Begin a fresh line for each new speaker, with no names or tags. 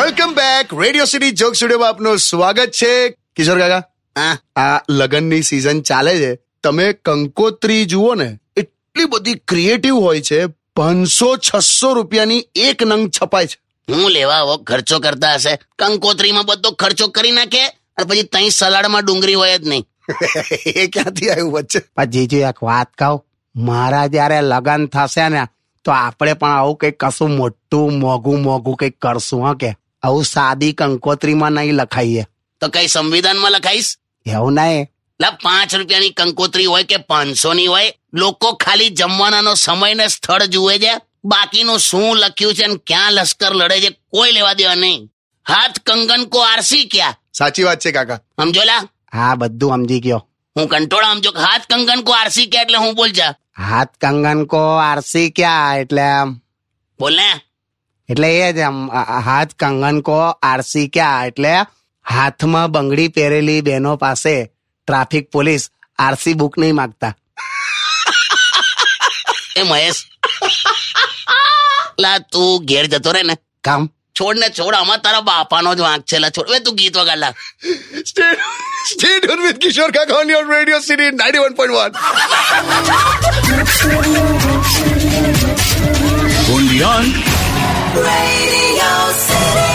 Back radio city joke સ્ટુડિયોમાં આપનું સ્વાગત છે કિશોર કાકા
હા
આ લગનની સિઝન ચાલે છે તમે કંકોત્રી જુઓ ને એટલી બધી ક્રિએટિવ હોય છે પાંચસો છસો રૂપિયાની એક નંગ છપાય છે
હું લેવા આવો ખર્ચો કરતા હશે કંકોત્રીમાં બધો ખર્ચો કરી નાખે અને પછી તઈ સલાડમાં ડુંગળી હોય જ નહીં
એ ક્યાંથી આવ્યું વચ્ચે
પણ જીજુ એક વાત કહું મારા જયારે લગ્ન થશે ને તો આપણે પણ આવું કઈ કશું મોટું મોઘું મોઘું કઈ કરશું હો કે આવું સાદી કંકોત્રીમાં નહીં લખાઈએ
તો કઈ સંવિધાનમાં લખાઈશ
એવું નહીં
લા પાંચ રૂપિયાની કંકોત્રી હોય કે પાંચસો ની હોય લોકો ખાલી જમવાનાનો સમય ને સ્થળ જુએ છે બાકીનું શું લખ્યું છે અને ક્યાં લશ્કર લડે છે કોઈ લેવા દેવા નહીં હાથ કંગન કો આરસી ક્યાં
સાચી વાત છે કાકા
સમજો લા
હા બધું સમજી ગયો
હું કંટોળા સમજો કે હાથ કંગન કો આરસી ક્યાં એટલે હું બોલ જા
હાથ કંગન કો આરસી ક્યાં એટલે આમ
બોલ ને
એટલે એ જ આમ આ- આ હાથ કંગન કો આરસી ક્યાં એટલે હાથમાં બંગડી પહેરેલી બહેનો પાસે ટ્રાફિક પોલીસ આરસી બુક નહીં માગતા
એ મહેશ લા તું ઘેર જતો રે ને
કામ
છોડ ને છોડ આમાં તારા બાપાનો જ વાંક છે લા છોડ એ તું ગીત વગાડ લા
સ્ટે ટ્યુન વિથ કિશોર કાકા on your radio city 91.1
Radio City.